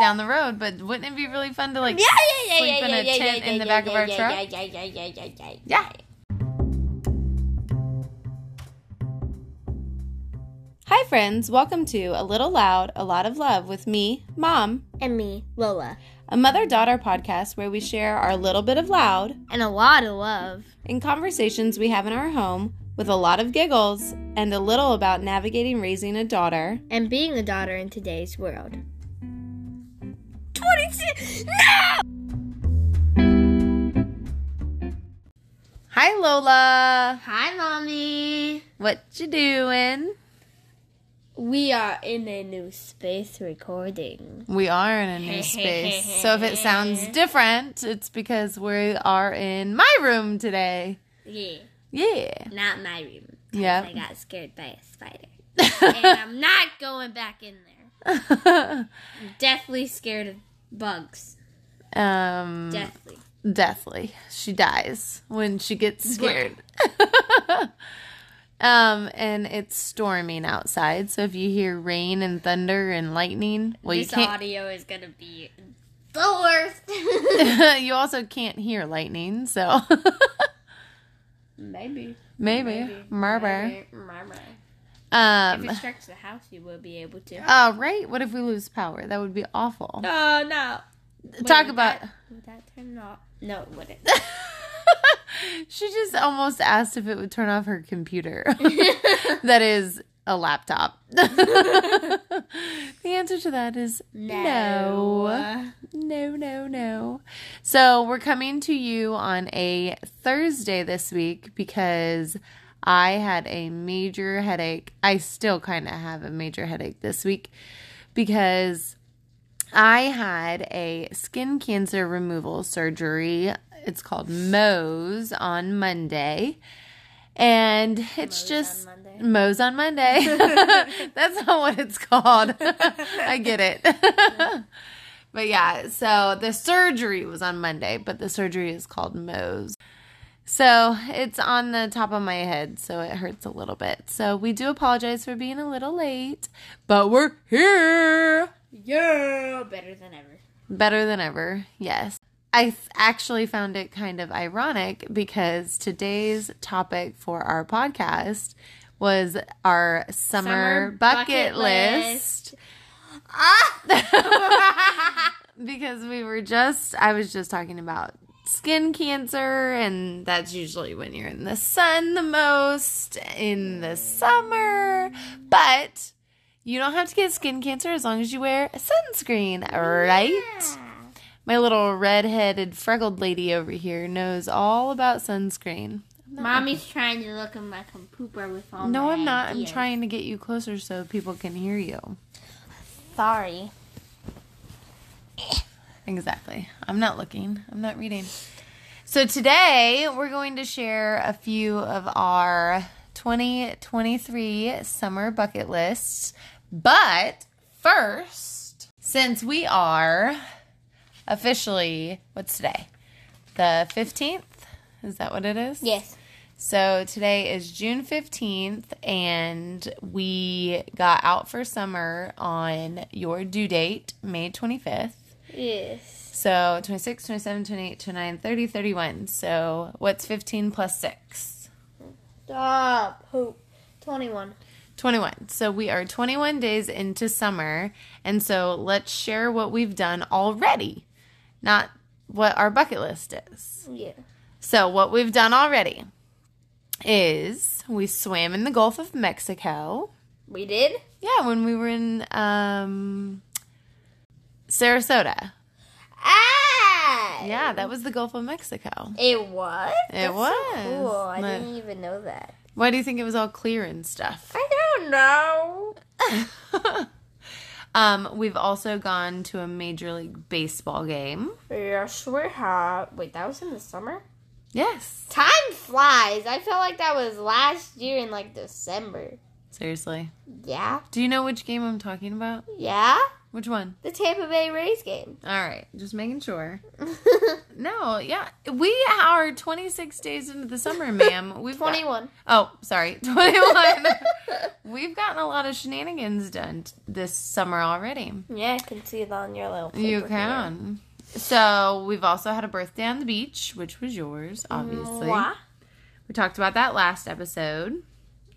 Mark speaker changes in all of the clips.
Speaker 1: down the road. But wouldn't it be really fun to like
Speaker 2: Yeah, yeah, yeah,
Speaker 1: sleep
Speaker 2: yeah,
Speaker 1: in
Speaker 2: yeah,
Speaker 1: a
Speaker 2: yeah,
Speaker 1: tent
Speaker 2: yeah,
Speaker 1: in the
Speaker 2: yeah,
Speaker 1: back
Speaker 2: yeah,
Speaker 1: of our
Speaker 2: yeah,
Speaker 1: truck?
Speaker 2: Yeah, yeah, yeah, yeah, yeah, yeah.
Speaker 1: Yeah. Hi, friends. Welcome to A Little Loud, A Lot of Love with me, Mom,
Speaker 2: And me, Lola,
Speaker 1: a mother daughter podcast where we share our little bit of loud
Speaker 2: and a lot of love.
Speaker 1: in conversations we have in our home with a lot of giggles and a little about navigating raising a daughter.
Speaker 2: and being a daughter in today's world. 22! No!
Speaker 1: Hi, Lola.
Speaker 2: Hi, Mommy!
Speaker 1: What you doing?
Speaker 2: We are in a new space recording.
Speaker 1: We are in a new space. So if it sounds different, it's because we are in my room today.
Speaker 2: Yeah,
Speaker 1: Yeah.
Speaker 2: not my room. 'cause
Speaker 1: Yep.
Speaker 2: I got scared by a spider. and I'm not going back in there. I'm deathly scared of bugs.
Speaker 1: um
Speaker 2: Deathly.
Speaker 1: deathly. She dies when she gets scared. um and it's storming outside, so if you hear rain and thunder and lightning, well
Speaker 2: this
Speaker 1: you can't
Speaker 2: audio is gonna be the worst.
Speaker 1: you also can't hear lightning, so
Speaker 2: Maybe.
Speaker 1: maybe. Marber.
Speaker 2: Marber. If
Speaker 1: Um
Speaker 2: it strikes the house, you will be able to.
Speaker 1: Oh, right. What if we lose power? That would be awful.
Speaker 2: No, Oh, no.
Speaker 1: Talk
Speaker 2: would
Speaker 1: about
Speaker 2: That, would that turn off? No, it wouldn't.
Speaker 1: she just almost asked if it would turn off her computer. that is a laptop. the answer to that is no. No, no, no. So we're coming to you on a Thursday this week because I had a major headache. I still kind of have a major headache this week because I had a skin cancer removal surgery. It's called Mohs on Monday. And it's just
Speaker 2: Monday.
Speaker 1: Moe's on Monday. That's not what it's called. I get it. but yeah, so the surgery was on Monday, but the surgery is called Moe's. So it's on the top of my head, so it hurts a little bit. So we do apologize for being a little late, but we're here.
Speaker 2: Yeah, better than ever.
Speaker 1: Better than ever, yes. I th- actually found it kind of ironic because today's topic for our podcast was our summer,
Speaker 2: Summer
Speaker 1: bucket,
Speaker 2: bucket
Speaker 1: list. because we were just, I was just talking about skin cancer, and that's usually when you're in the sun the most in the summer. But you don't have to get skin cancer as long as you wear sunscreen, right? My little red-headed, freckled lady over here knows all about sunscreen.
Speaker 2: Mommy's trying to look at my computer with all
Speaker 1: No,
Speaker 2: my
Speaker 1: I'm not. I'm
Speaker 2: ideas.
Speaker 1: trying to get you closer so people can hear you.
Speaker 2: Sorry.
Speaker 1: Exactly. I'm not looking. I'm not reading. So today we're going to share a few of our 2023 summer bucket lists. But first, since we are officially what's today? The 15th? Is that what it is?
Speaker 2: Yes.
Speaker 1: So today is June 15th, and we got out for summer on your due date, May 25th.
Speaker 2: Yes.
Speaker 1: So 26, 27, 28, 29, 30, 31. So what's 15 plus 6?
Speaker 2: Stop. Hoop. 21.
Speaker 1: 21. So we are 21 days into summer, and so let's share what we've done already, not what our bucket list is.
Speaker 2: Yeah.
Speaker 1: So, what we've done already is we swam in the Gulf of Mexico.
Speaker 2: We did?
Speaker 1: Yeah, when we were in um, Sarasota.
Speaker 2: Ah!
Speaker 1: Yeah, that was the Gulf of Mexico.
Speaker 2: It was? It
Speaker 1: was.
Speaker 2: cool. I
Speaker 1: My-
Speaker 2: didn't even know that.
Speaker 1: Why do you think it was all clear and stuff?
Speaker 2: I don't know.
Speaker 1: um, we've also gone to a Major League Baseball game.
Speaker 2: Yes, we have. Wait, that was in the summer?
Speaker 1: Yes.
Speaker 2: Time flies. I feel like that was last year in like December.
Speaker 1: Seriously.
Speaker 2: Yeah?
Speaker 1: Do you know which game I'm talking about?
Speaker 2: Yeah?
Speaker 1: Which one?
Speaker 2: The Tampa Bay Rays game.
Speaker 1: All right, just making sure. No, yeah, we are 26 days into the summer, ma'am. We've got-
Speaker 2: 21.
Speaker 1: Oh, sorry, 21. We've gotten a lot of shenanigans done t- this summer already.
Speaker 2: yeah, I can see it on your little.
Speaker 1: You
Speaker 2: paper here.
Speaker 1: can. So we've also had a birthday on the beach, which was yours, obviously.
Speaker 2: Mwah.
Speaker 1: We talked about that last episode.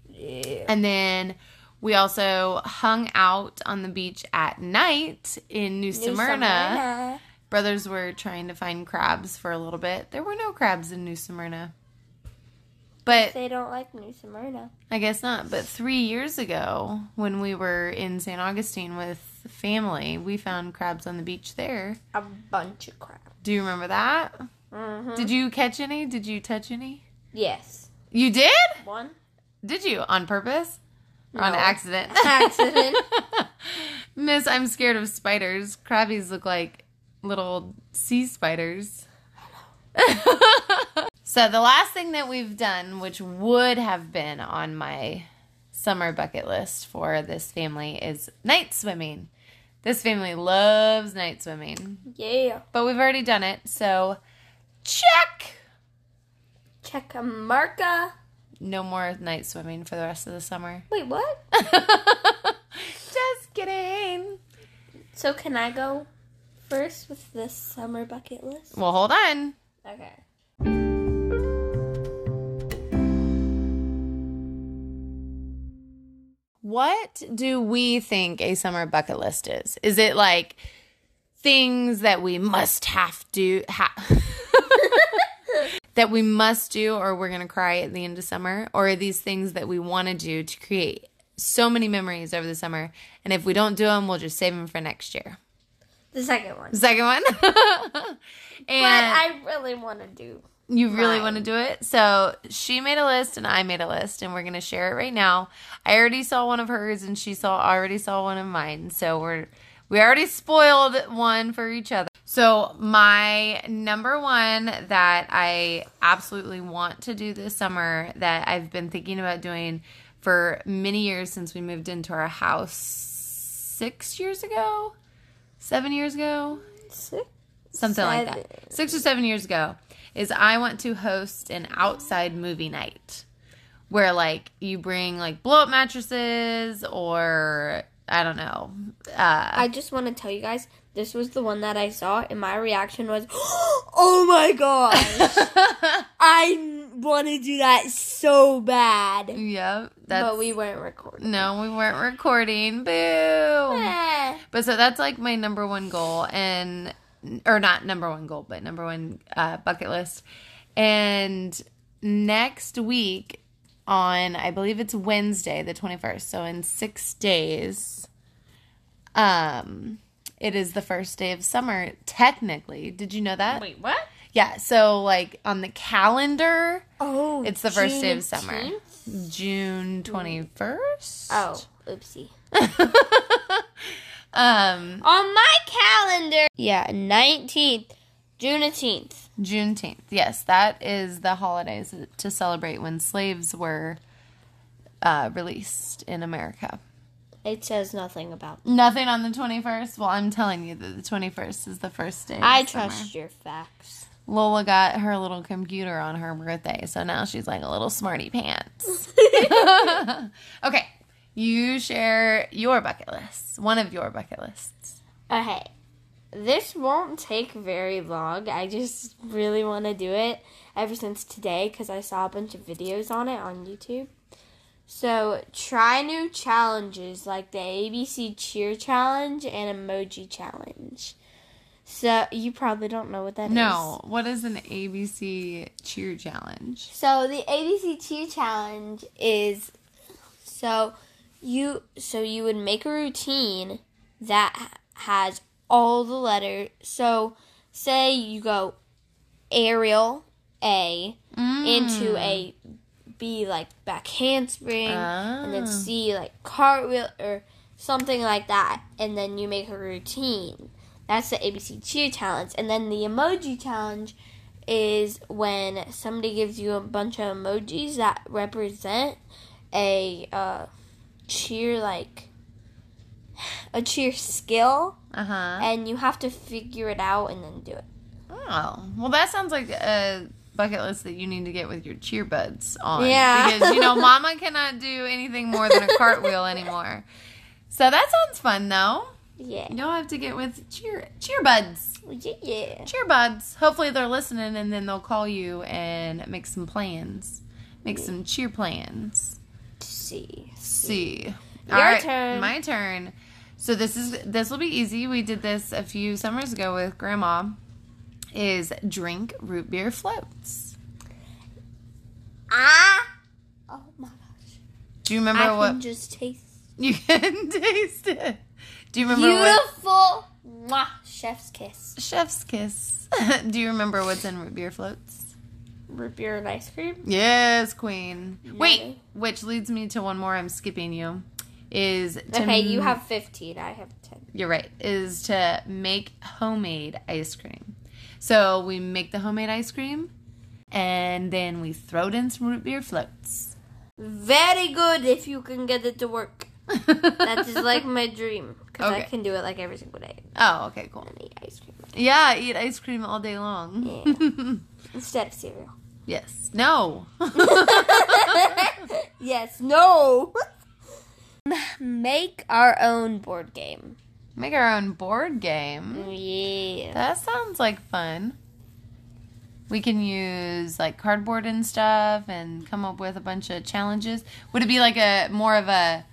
Speaker 2: Yeah.
Speaker 1: And then we also hung out on the beach at night in New, Smyrna.
Speaker 2: Smyrna.
Speaker 1: Brothers were trying to find crabs for a little bit. There were no crabs in New Smyrna. But
Speaker 2: They don't like New Smyrna.
Speaker 1: I guess not. But three years ago, when we were in St. Augustine with family, we found crabs on the beach there.
Speaker 2: A bunch of crap.
Speaker 1: Do you remember that?
Speaker 2: Mm-hmm.
Speaker 1: Did you catch any? Did you touch any?
Speaker 2: Yes.
Speaker 1: You did?
Speaker 2: One.
Speaker 1: Did you? On purpose? Or on
Speaker 2: No.
Speaker 1: accident?
Speaker 2: Accident.
Speaker 1: Miss, I'm scared of spiders. Crabbies look like little sea spiders. so, the last thing that we've done, which would have been on my summer bucket list for this family, is night swimming. This family loves night swimming,
Speaker 2: Yeah.
Speaker 1: but we've already done it. So, check!
Speaker 2: Chekamarka.
Speaker 1: No more night swimming for the rest of the summer.
Speaker 2: Wait, what?
Speaker 1: Just kidding.
Speaker 2: So can I go first with the summer bucket list?
Speaker 1: Well, hold on.
Speaker 2: Okay.
Speaker 1: What do we think a summer bucket list is? Is it like things that we must have to ha- that we must do or we're going to cry at the end of summer or are these things that we want to do to create so many memories over the summer and if we don't do them, we'll just save them for next year.
Speaker 2: The second one.
Speaker 1: Second one.
Speaker 2: But
Speaker 1: and
Speaker 2: I really want to do.
Speaker 1: You really
Speaker 2: Mine.
Speaker 1: want to do it? So she made a list and I made a list and we're gonna share it right now. I already saw one of hers and she saw already saw one of mine. So we're we already spoiled one for each other. So my number one that I absolutely want to do this summer that I've been thinking about doing for many years since we moved into our house six years ago, seven years ago
Speaker 2: Sick.
Speaker 1: something like that six or seven years ago is i want to host an outside movie night where like you bring like blow up mattresses or i don't know uh
Speaker 2: I just want to tell you guys this was the one that I saw, and my reaction was, "Oh my gosh, I want to do that so bad."
Speaker 1: yeah that's
Speaker 2: but we weren't recording.
Speaker 1: no we weren't recording boo
Speaker 2: Eh.
Speaker 1: but so that's like my number one goal and or not number one goal but number one uh, bucket list and next week on i believe it's wednesday the 21st so in six days um it is the first day of summer technically did you know that
Speaker 2: Wait, what?
Speaker 1: yeah so like on the calendar
Speaker 2: Oh,
Speaker 1: it's the first day of summer
Speaker 2: Juneteenth?
Speaker 1: june 21st
Speaker 2: Oh, oopsie.
Speaker 1: um
Speaker 2: On my calendar, yeah, nineteenth, Juneteenth.
Speaker 1: Juneteenth. Yes, that is the holidays to celebrate when slaves were uh, released in America.
Speaker 2: It says nothing about.
Speaker 1: Nothing on the 21st. Well, I'm telling you that the 21st is the first day. of
Speaker 2: I
Speaker 1: summer.
Speaker 2: trust your facts.
Speaker 1: Lola got her little computer on her birthday, so now she's like a little smarty pants. okay, you share your bucket list. One of your bucket lists.
Speaker 2: Okay. This won't take very long. I just really want to do it ever since today because I saw a bunch of videos on it on YouTube. So, try new challenges like the ABC Cheer Challenge and Emoji Challenge. So, you probably don't know what that is.
Speaker 1: No, what is an ABC cheer challenge?
Speaker 2: So the ABC Cheer Challenge is so you so you would make a routine that ha- has all the letters. So say you go Ariel A into
Speaker 1: Mm.
Speaker 2: a B like back handspring and then
Speaker 1: Ah.
Speaker 2: C like cartwheel or something like that and then you make a routine. That's the ABC cheer challenge and then the emoji challenge is when somebody gives you a bunch of emojis that represent a uh, cheer like it's your skill,
Speaker 1: Uh huh.
Speaker 2: and you have to figure it out and then do it.
Speaker 1: Oh, well, that sounds like a bucket list that you need to get with your cheer buds on.
Speaker 2: Yeah.
Speaker 1: Because, you know, mama cannot do anything more than a cartwheel anymore. So that sounds fun, though.
Speaker 2: Yeah,
Speaker 1: You'll have to get with cheer cheer buds.
Speaker 2: yeah, yeah.
Speaker 1: Cheer buds. Hopefully they're listening and then they'll call you and make some plans. Make some cheer plans.
Speaker 2: see,
Speaker 1: See.
Speaker 2: Your turn.
Speaker 1: My turn. So this is this will be easy. We did this a few summers ago with grandma. Is drink root beer floats.
Speaker 2: ah, oh my gosh,
Speaker 1: Do you remember
Speaker 2: I
Speaker 1: what
Speaker 2: can just taste
Speaker 1: you can taste it? Do you remember what
Speaker 2: beautiful, mwah, chef's kiss,
Speaker 1: chef's kiss? Do you remember what's in root beer floats?
Speaker 2: root beer and ice cream.
Speaker 1: Yes, queen. Wait,
Speaker 2: Yummy.
Speaker 1: which leads me to one more I'm skipping you. Is to
Speaker 2: Okay, you
Speaker 1: m-
Speaker 2: have fifteen. I have ten.
Speaker 1: You're right. Is to make homemade ice cream. So we make the homemade ice cream and then we throw it in some root beer floats.
Speaker 2: Very good if you can get it to work. That is like my dream because I
Speaker 1: Okay.
Speaker 2: can do it like every single day
Speaker 1: Oh, okay, cool.
Speaker 2: and eat ice cream
Speaker 1: Yeah, eat ice cream all day long.
Speaker 2: instead of cereal.
Speaker 1: yes. No.
Speaker 2: yes, no. Make our own board game.
Speaker 1: Make our own board game.
Speaker 2: Yeah.
Speaker 1: That sounds like fun. We can use like cardboard and stuff and come up with a bunch of challenges. Would it be like a more of a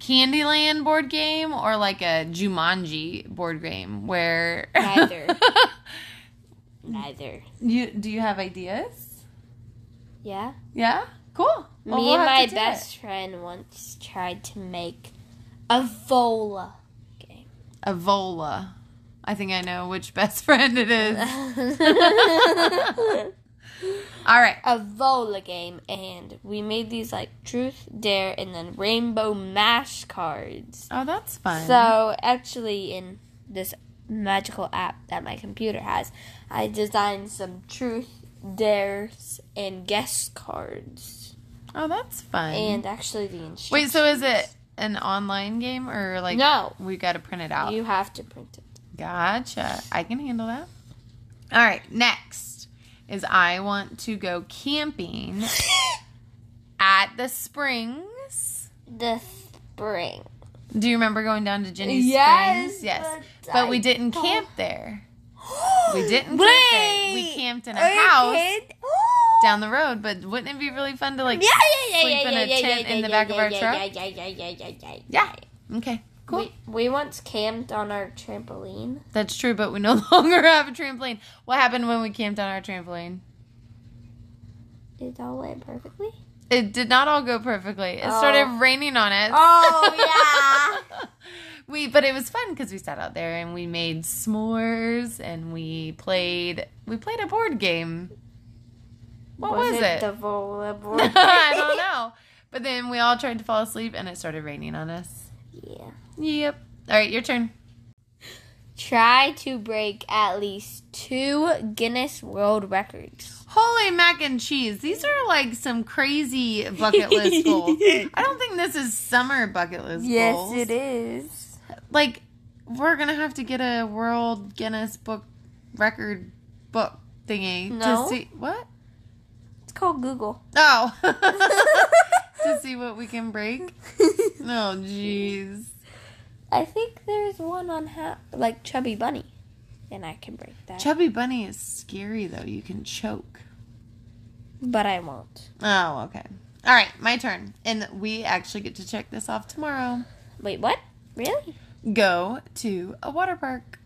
Speaker 1: Candyland board game or like a Jumanji board game where
Speaker 2: Neither. Neither.
Speaker 1: you do you have ideas?
Speaker 2: Yeah.
Speaker 1: Yeah? Cool. Well,
Speaker 2: Me
Speaker 1: we'll
Speaker 2: and
Speaker 1: have
Speaker 2: my
Speaker 1: to do it.
Speaker 2: best friend once tried to make a vola game.
Speaker 1: Evola. I think I know which best friend it is.
Speaker 2: a
Speaker 1: All right.
Speaker 2: vola game, and we made these like truth, dare, and then rainbow mash cards.
Speaker 1: Oh, that's fun.
Speaker 2: So actually, in this magical app that my computer has, I designed some truth, dares, and guess cards,
Speaker 1: oh, that's fun.
Speaker 2: and actually the instructions.
Speaker 1: Wait, so is it an online game or like
Speaker 2: No.
Speaker 1: we got to print it out?
Speaker 2: You have to print it.
Speaker 1: Gotcha. I can handle that. All right, next is I want to go camping at the springs.
Speaker 2: The spring.
Speaker 1: Do you remember going down to Jenny's
Speaker 2: Yes,
Speaker 1: Springs? Yes.
Speaker 2: but
Speaker 1: But,
Speaker 2: I
Speaker 1: we didn't
Speaker 2: don't-
Speaker 1: camp there. We didn't
Speaker 2: Wait.
Speaker 1: camp there. We camped in a
Speaker 2: Are you
Speaker 1: house
Speaker 2: kidding?
Speaker 1: down the road, but wouldn't it be really fun to like
Speaker 2: Yeah, yeah, yeah,
Speaker 1: sleep
Speaker 2: yeah,
Speaker 1: in
Speaker 2: yeah,
Speaker 1: a
Speaker 2: yeah,
Speaker 1: tent
Speaker 2: yeah,
Speaker 1: in the
Speaker 2: yeah,
Speaker 1: back of
Speaker 2: yeah,
Speaker 1: our
Speaker 2: yeah,
Speaker 1: truck?
Speaker 2: Yeah, yeah, yeah, yeah, yeah,
Speaker 1: Yeah. Okay. Cool.
Speaker 2: We, we once camped on our trampoline.
Speaker 1: That's true, but we no longer have a trampoline. What happened when we camped on our trampoline?
Speaker 2: It all went perfectly.
Speaker 1: It did not all go perfectly. It
Speaker 2: Oh.
Speaker 1: started raining on us.
Speaker 2: Oh,
Speaker 1: yeah. we but it was fun because we sat out there and we made s'mores and we played we played a board game. What was, it?
Speaker 2: The volleyball.
Speaker 1: I don't know. But then we all tried to fall asleep and it started raining on us.
Speaker 2: Yeah.
Speaker 1: Yep. All right, your turn.
Speaker 2: Try to break at least two Guinness World Records.
Speaker 1: Holy mac and cheese. These are like some crazy bucket list goals. I don't think this is summer bucket list goals.
Speaker 2: is.
Speaker 1: Like, we're going to have to get a World Guinness Book Record book thingy
Speaker 2: No.
Speaker 1: to see what?
Speaker 2: It's called Google.
Speaker 1: Oh. to see what we can break. Oh jeez.
Speaker 2: I think there's one on how, like Chubby Bunny, and I can break that,
Speaker 1: Chubby Bunny is scary though. You can choke.
Speaker 2: but I won't.
Speaker 1: Oh, okay. All right, my turn. And we actually get to check this off tomorrow.
Speaker 2: Wait, what? Really?
Speaker 1: Go to a water park.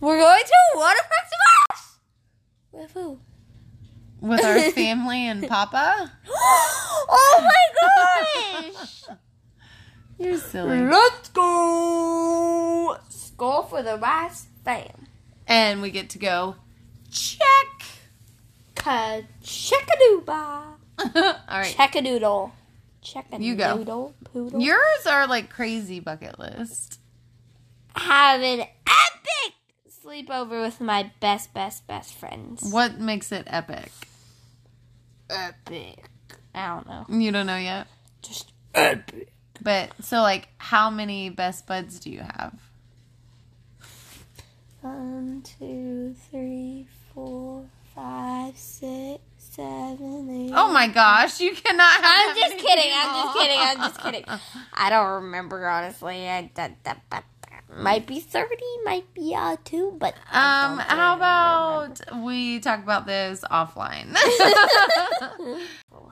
Speaker 2: We're going to a water park tomorrow. With who?
Speaker 1: with our family and Papa.
Speaker 2: oh my gosh!
Speaker 1: You're silly.
Speaker 2: Let's go. Score for the rice fam.
Speaker 1: And we get to go check.
Speaker 2: Ka checkadoodle.
Speaker 1: All right.
Speaker 2: Checkadoodle. Checkadoodle.
Speaker 1: You go.
Speaker 2: Poodle.
Speaker 1: Yours are like crazy bucket list.
Speaker 2: Have an epic sleepover with my best, best, best friends.
Speaker 1: What makes it epic?
Speaker 2: Epic. I don't know.
Speaker 1: You don't know yet.
Speaker 2: Just epic.
Speaker 1: But so like how many best buds do you have?
Speaker 2: One, two, three, four, five, six, seven, eight.
Speaker 1: Oh my gosh, you cannot have
Speaker 2: I'm
Speaker 1: that
Speaker 2: just
Speaker 1: many
Speaker 2: kidding. I'm
Speaker 1: people.
Speaker 2: just kidding. I'm just kidding. I don't remember honestly. I, that, that, that, that. Might be thirty, might be uh two, but I
Speaker 1: Um,
Speaker 2: don't
Speaker 1: how
Speaker 2: really remember.
Speaker 1: about we talk about this offline?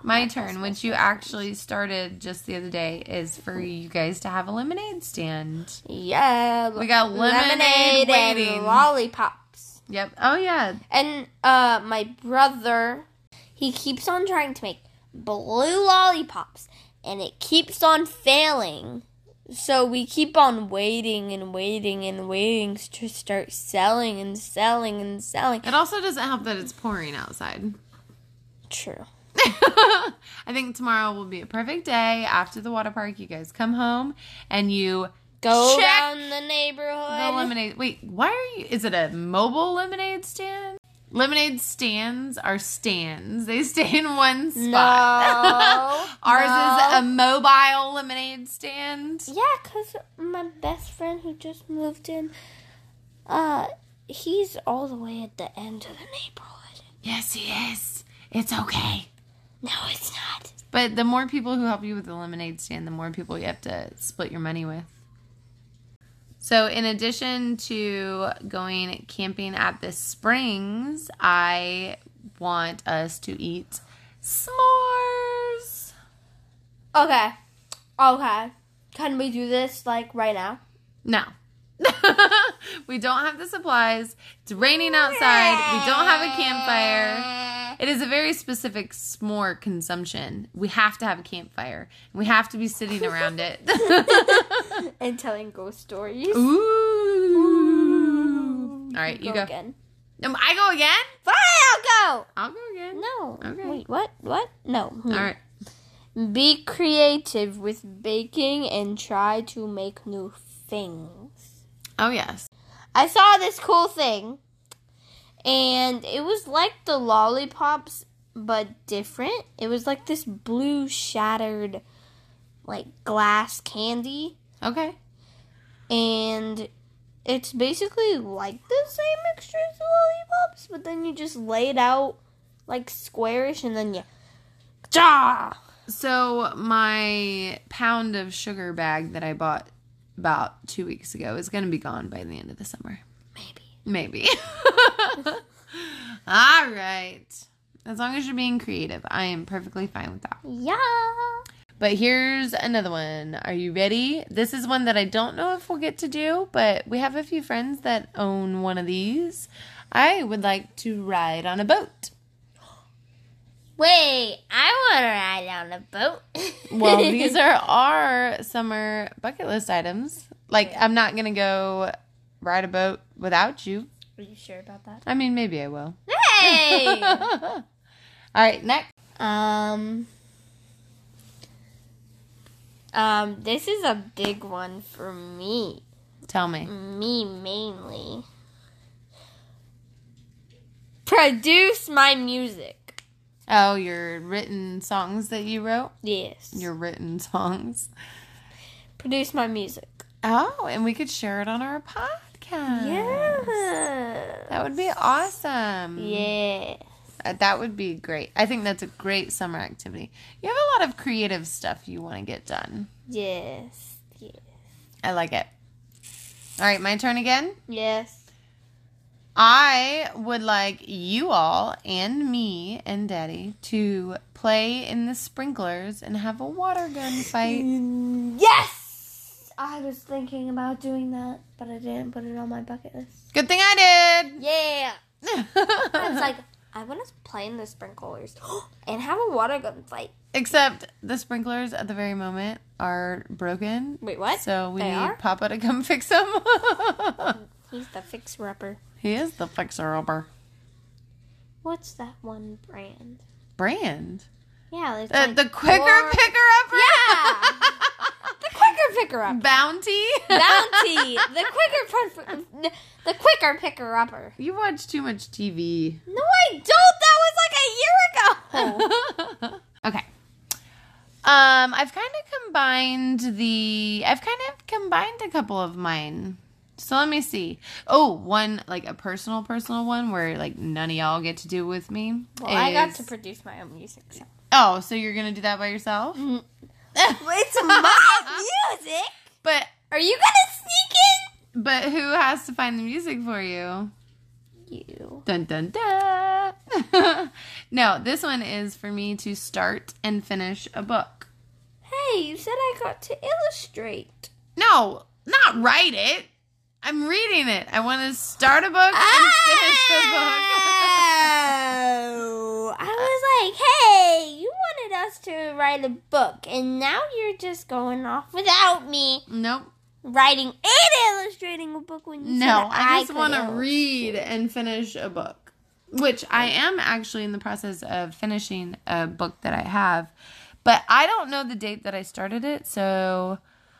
Speaker 1: My turn, which you actually started just the other day, is for you guys to have a lemonade stand.
Speaker 2: Yeah,
Speaker 1: We got lemonade waiting.
Speaker 2: and lollipops.
Speaker 1: Yep. Oh yeah.
Speaker 2: And uh, my brother, he keeps on trying to make blue lollipops, and it keeps on failing. So we keep on waiting and waiting and waiting to start selling and selling and selling.
Speaker 1: It also doesn't help that it's pouring outside.
Speaker 2: True.
Speaker 1: I think tomorrow will be a perfect day after the water park. You guys come home and you
Speaker 2: Go
Speaker 1: Check
Speaker 2: around the
Speaker 1: the
Speaker 2: neighborhood.
Speaker 1: lemonade. Wait, why are you? Is it a mobile lemonade stand? Lemonade stands are stands. They stay in one spot.
Speaker 2: No,
Speaker 1: Ours
Speaker 2: no.
Speaker 1: is a mobile lemonade stand.
Speaker 2: Yeah, cause my best friend who just moved in, uh, he's all the way at the end of the neighborhood.
Speaker 1: Yes, he is. It's okay.
Speaker 2: No, it's not.
Speaker 1: But the more people who help you with the lemonade stand, the more people you have to split your money with. So, in addition to going camping at the springs, I want us to eat s'mores.
Speaker 2: Okay, okay. Can we do this like right now?
Speaker 1: No. we don't have the supplies. It's raining outside. We don't have a campfire. It is a very specific s'more consumption. We have to have a campfire. We have to be sitting around it.
Speaker 2: And telling ghost stories.
Speaker 1: Ooh. All right, you go.
Speaker 2: again.
Speaker 1: Um, I go again?
Speaker 2: Fine, I'll go.
Speaker 1: I'll go again.
Speaker 2: No.
Speaker 1: Okay.
Speaker 2: Wait, what? What? No. Hmm.
Speaker 1: All right.
Speaker 2: Be creative with baking and try to make new things.
Speaker 1: Oh, yes.
Speaker 2: I saw this cool thing, and it was like the lollipops, but different. It was like this blue shattered, like glass candy,
Speaker 1: Okay.
Speaker 2: and it's basically like the same mixture as the lollipops, but then you just lay it out like squarish, and then you. Ja!
Speaker 1: So, my pound of sugar bag that I bought about two weeks ago is going to be gone by the end of the summer.
Speaker 2: Maybe.
Speaker 1: Maybe. All right. As long as you're being creative, I am perfectly fine with that.
Speaker 2: Yeah!
Speaker 1: But here's another one. Are you ready? This is one that I don't know if we'll get to do, but we have a few friends that own one of these. I would like to ride on a boat.
Speaker 2: Wait, I want to ride on a boat.
Speaker 1: Well, these are our summer bucket list items. Like, I'm not going to go ride a boat without you.
Speaker 2: Are you sure about that?
Speaker 1: I mean, maybe I will.
Speaker 2: Hey!
Speaker 1: All right, next.
Speaker 2: Um, um, this is a big one for me.
Speaker 1: Tell me.
Speaker 2: Me mainly. Produce my music.
Speaker 1: Oh, your written songs that you wrote?
Speaker 2: Yes.
Speaker 1: Your written songs.
Speaker 2: Produce my music.
Speaker 1: Oh, and we could share it on our podcast.
Speaker 2: Yeah.
Speaker 1: That would be awesome.
Speaker 2: Yeah.
Speaker 1: Uh, That would be great. I think that's a great summer activity. You have a lot of creative stuff you want to get done.
Speaker 2: Yes. Yes.
Speaker 1: I like it. All right, my turn again.
Speaker 2: Yes.
Speaker 1: I would like you all and me and Daddy to play in the sprinklers and have a water gun fight.
Speaker 2: Yes. I was thinking about doing that, but I didn't put it on my bucket list.
Speaker 1: Good thing I did.
Speaker 2: Yeah. I was
Speaker 1: It's
Speaker 2: like, I want to play in the sprinklers and have a water gun fight.
Speaker 1: Except the sprinklers at the very moment are broken.
Speaker 2: Wait, what?
Speaker 1: So we
Speaker 2: They
Speaker 1: need
Speaker 2: are?
Speaker 1: Papa to come fix them.
Speaker 2: He's the fix rubber.
Speaker 1: he is the fixer upper
Speaker 2: What's that one brand?
Speaker 1: brand.
Speaker 2: Yeah, it's
Speaker 1: Uh,
Speaker 2: like
Speaker 1: the quicker
Speaker 2: four-
Speaker 1: picker upper.
Speaker 2: Yeah. the quicker picker up.
Speaker 1: Bounty.
Speaker 2: Bounty. the quicker pun- the quicker picker upper.
Speaker 1: You watch too much TV.
Speaker 2: No, I don't. That was like a year ago.
Speaker 1: okay. Um, I've kind of combined the. I've kind of combined a couple of mine. So let me see. Oh, one like a personal, personal one where like none of y'all get to do with me.
Speaker 2: Well, I got
Speaker 1: is-
Speaker 2: to produce my own music. So.
Speaker 1: Oh, so you're gonna do that by yourself?
Speaker 2: Mm-hmm. it's my music.
Speaker 1: But
Speaker 2: Are you gonna
Speaker 1: but who has to find the music for you?
Speaker 2: sneak in? You.
Speaker 1: Dun dun dun. no, this one is for me to start and finish a book.
Speaker 2: Hey, you said I got to illustrate.
Speaker 1: No, not write it. I'm reading it. I want to start a book
Speaker 2: Ah!
Speaker 1: and finish the book.
Speaker 2: Oh, I was like, hey, you wanted us to write a book, and now you're just going off without me
Speaker 1: nope.
Speaker 2: writing and illustrating a book when you said
Speaker 1: No, I just
Speaker 2: could
Speaker 1: want to
Speaker 2: illustrate.
Speaker 1: read and finish a book, which I am actually in the process of finishing a book that I have, but I don't know the date that I started it, so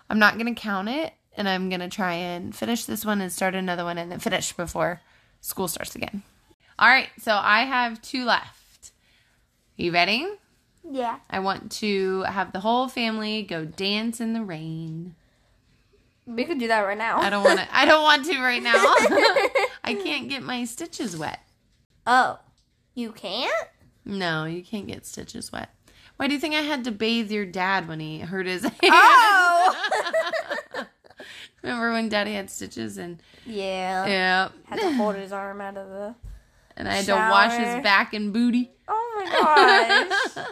Speaker 1: I'm not going to count it. And I'm going to try and finish this one and start another one and then finish before school starts again. All right, so I have two left. You ready?
Speaker 2: Yeah.
Speaker 1: I want to have the whole family go dance in the rain.
Speaker 2: We could do that right now.
Speaker 1: I don't want to. I don't want to right now. I can't get my stitches wet.
Speaker 2: Oh, you can't?
Speaker 1: No, you can't get stitches wet. Why do you think I had to bathe your dad when he hurt his hand?
Speaker 2: Ah! Oh!
Speaker 1: Remember when daddy had stitches and
Speaker 2: Yeah.
Speaker 1: yeah,
Speaker 2: Had to hold his arm out of the.
Speaker 1: and I had to wash
Speaker 2: Shower.
Speaker 1: his back and booty.
Speaker 2: Oh my gosh.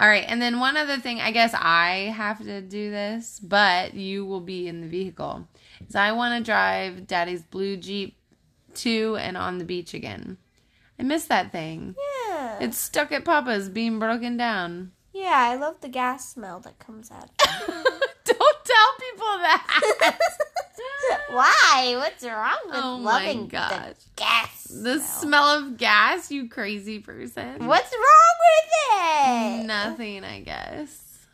Speaker 1: All right, and then one other thing, I guess I have to do this, but you will be in the vehicle. Is I want to drive daddy's blue Jeep to and on the beach again. I miss that thing.
Speaker 2: yeah.
Speaker 1: It's stuck at Papa's being broken down.
Speaker 2: yeah, I love the gas smell that comes out.
Speaker 1: Don't tell people that.
Speaker 2: Why? What's wrong with
Speaker 1: Oh my
Speaker 2: loving
Speaker 1: gosh.
Speaker 2: the gas?
Speaker 1: the
Speaker 2: smell?
Speaker 1: smell of gas, you crazy person.
Speaker 2: What's wrong with it?
Speaker 1: Nothing, I guess.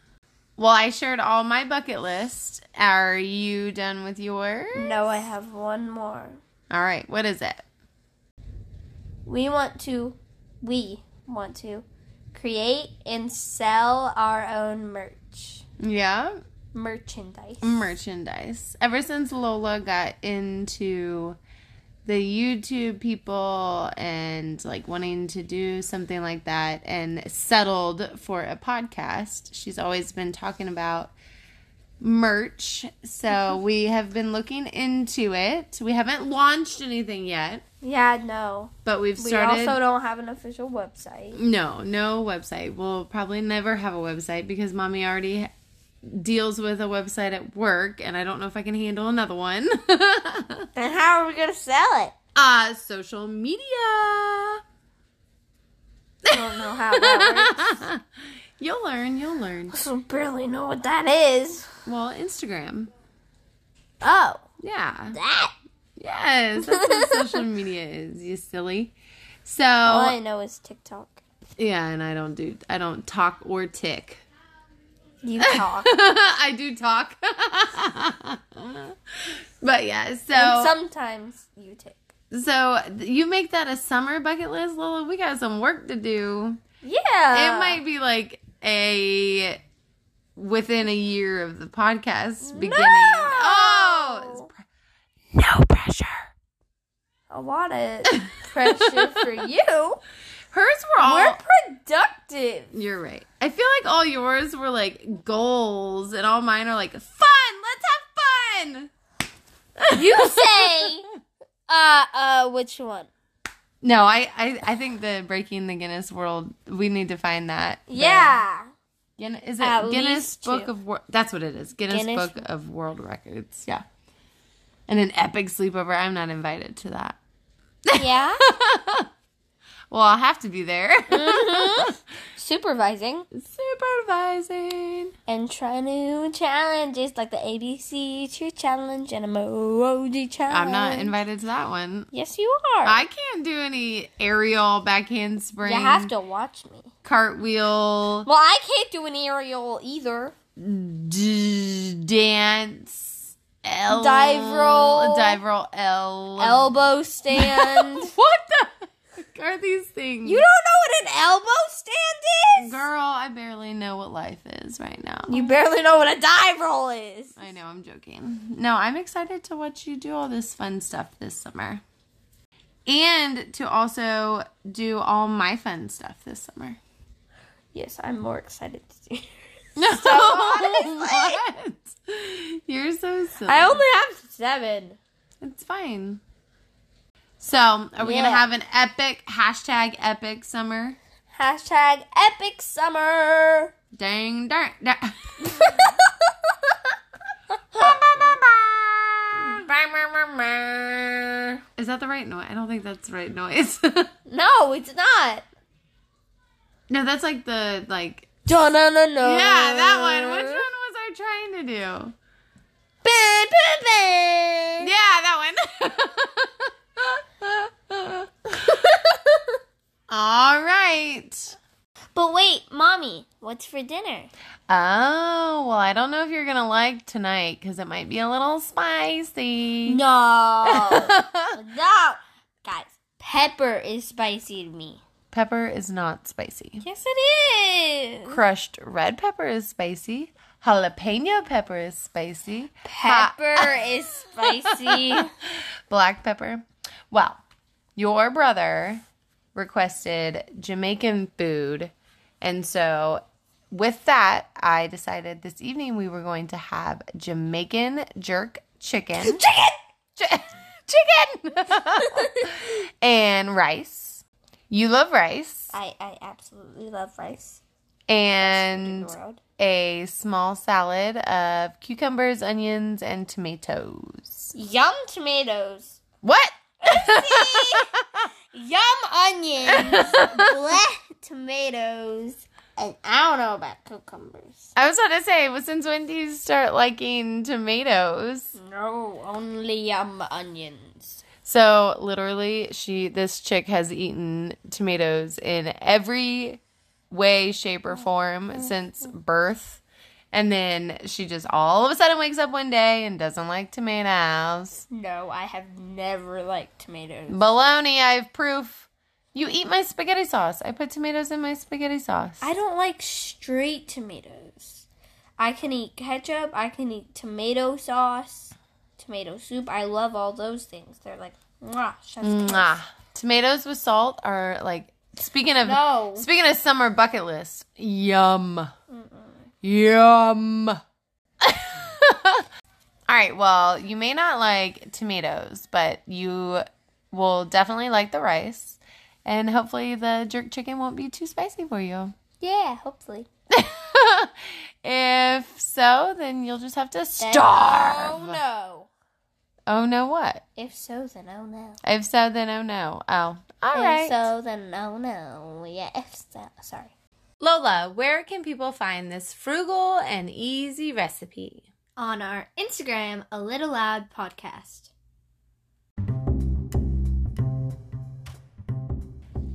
Speaker 1: Well, I shared all my bucket list. Are you done with yours?
Speaker 2: No, I have one more.
Speaker 1: All right, what is it?
Speaker 2: We want to, we want to create and sell our own merch.
Speaker 1: Yeah,
Speaker 2: Merchandise.
Speaker 1: merchandise. Ever since Lola got into the YouTube people and like wanting to do something like that and settled for a podcast, she's always been talking about merch.
Speaker 2: Mm-hmm.
Speaker 1: So we have been looking into it. We haven't launched anything yet,
Speaker 2: yeah, no.
Speaker 1: but we've
Speaker 2: We
Speaker 1: started.
Speaker 2: also don't have an official website.
Speaker 1: No, no website. We'll probably never have a website because mommy already ha- deals with a website at work and I don't know if I can handle another one.
Speaker 2: Then how are we going to sell it?
Speaker 1: uh, social media.
Speaker 2: I don't know how that works.
Speaker 1: you'll learn, you'll learn.
Speaker 2: I also barely know what that is.
Speaker 1: Well, Instagram.
Speaker 2: Oh,
Speaker 1: Yeah.
Speaker 2: that.
Speaker 1: Yes, that's what social media is, you silly. So,
Speaker 2: All I know is TikTok.
Speaker 1: yeah, and I don't do I don't talk or tick.
Speaker 2: You talk.
Speaker 1: I do talk. but yeah, so
Speaker 2: and sometimes you tick.
Speaker 1: So th- you make that a summer bucket list, Lola. We got some work to do.
Speaker 2: Yeah.
Speaker 1: it might be like a within a year of the podcast beginning. Oh, it's pre- no pressure.
Speaker 2: a lot of pressure for you.
Speaker 1: Hers were all.
Speaker 2: We're productive.
Speaker 1: You're right. I feel like all yours were like goals, and all mine are like fun. Let's have fun.
Speaker 2: You say uh uh which one?
Speaker 1: No, I, I I think the breaking the Guinness World. We need to find that.
Speaker 2: Yeah.
Speaker 1: Guin- is it
Speaker 2: At
Speaker 1: Guinness
Speaker 2: least
Speaker 1: Book
Speaker 2: two.
Speaker 1: of World? That's what it is. Guinness,
Speaker 2: Guinness-
Speaker 1: Book of World Records. Yeah. And an epic sleepover. I'm not invited to that.
Speaker 2: Yeah.
Speaker 1: Well, I'll have to be there.
Speaker 2: Supervising
Speaker 1: Supervising.
Speaker 2: and try new challenges like the ABC Cheer Challenge and a Emoji Challenge.
Speaker 1: I'm not invited to that one.
Speaker 2: Yes, you are.
Speaker 1: I can't do any aerial back handspring,
Speaker 2: you have to watch me.
Speaker 1: cartwheel,
Speaker 2: Well, I can't do an aerial either.
Speaker 1: d- dance, L,
Speaker 2: Dive roll.
Speaker 1: dive roll, L,
Speaker 2: Elbow stand.
Speaker 1: What the? are these things?
Speaker 2: You don't know what an elbow stand is?
Speaker 1: Girl, I barely know what life is right now.
Speaker 2: You barely know what a dive roll is.
Speaker 1: I know, I'm joking. No, I'm excited to watch you do all this fun stuff this summer. And to also do all my fun stuff this summer.
Speaker 2: Yes, I'm more excited to do.
Speaker 1: No,
Speaker 2: honestly.
Speaker 1: what? You're so silly.
Speaker 2: I only have seven.
Speaker 1: It's fine. So, are we gonna
Speaker 2: Yeah.
Speaker 1: have an epic hashtag epic summer?
Speaker 2: Hashtag epic summer.
Speaker 1: Dang, darn. da- Is that the right noise? I don't think that's the right noise.
Speaker 2: no, it's not.
Speaker 1: no, that's like the like.
Speaker 2: No, no, no, no.
Speaker 1: Yeah, that one. Which one was I trying to do?
Speaker 2: Bam, bam, bam.
Speaker 1: Yeah, that one. All right.
Speaker 2: But wait, mommy, what's for dinner?
Speaker 1: Oh, well, I don't know if you're going to like tonight because it might be a little spicy.
Speaker 2: No, no, guys. Pepper is spicy to me.
Speaker 1: pepper is not spicy.
Speaker 2: Yes, it is.
Speaker 1: Crushed red pepper is spicy. Jalapeno pepper is spicy.
Speaker 2: Pepper is spicy.
Speaker 1: Black pepper. Well, your brother requested Jamaican food. And so, with that, I decided this evening we were going to have Jamaican jerk chicken.
Speaker 2: Chicken.
Speaker 1: Chi- chicken! and rice. You love rice.
Speaker 2: I I absolutely love rice. in
Speaker 1: And
Speaker 2: the world.
Speaker 1: a small salad of cucumbers, onions, and tomatoes.
Speaker 2: Yum tomatoes.
Speaker 1: What?
Speaker 2: Yum onions. Bleh tomatoes. And I don't know about cucumbers.
Speaker 1: I was about to say, well, since when do you start liking tomatoes?
Speaker 2: No, only yum onions.
Speaker 1: So literally, she this chick has eaten tomatoes in every way, shape, or form since birth. And then she just all of a sudden wakes up one day and doesn't like tomatoes.
Speaker 2: No, I have never liked tomatoes.
Speaker 1: Baloney, I have proof. You eat my spaghetti sauce. I put tomatoes in my spaghetti sauce.
Speaker 2: I don't like straight tomatoes. I can eat ketchup, I can eat tomato sauce, tomato soup. I love all those things. They're like, mwah, chef's kiss.
Speaker 1: Mwah. Tomatoes with salt are like speaking of
Speaker 2: No.
Speaker 1: speaking of summer bucket list. Yum. Yum. All right, well, you may not like tomatoes, but you will definitely like the rice. And hopefully the jerk chicken won't be too spicy for you.
Speaker 2: Yeah, hopefully.
Speaker 1: if so, then you'll just have to
Speaker 2: Then-
Speaker 1: starve.
Speaker 2: Oh no.
Speaker 1: Oh no what?
Speaker 2: If so, then oh no.
Speaker 1: If so, then oh no. Oh. All
Speaker 2: If
Speaker 1: right.
Speaker 2: so, then oh no. Yeah, if so. Sorry.
Speaker 1: Lola, where can people find this frugal and easy recipe?
Speaker 2: On our Instagram, a little loud podcast.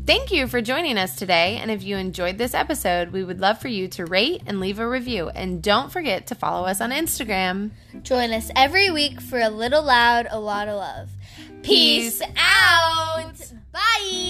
Speaker 1: Thank you for joining us today. And if you enjoyed this episode, we would love for you to rate and leave a review. And don't forget to follow us on Instagram.
Speaker 2: Join us every week for a little loud, a lot of love.
Speaker 1: Peace
Speaker 2: out. Bye.